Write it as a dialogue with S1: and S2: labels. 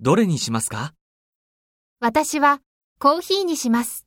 S1: どれにしますか
S2: 私はコーヒーにします。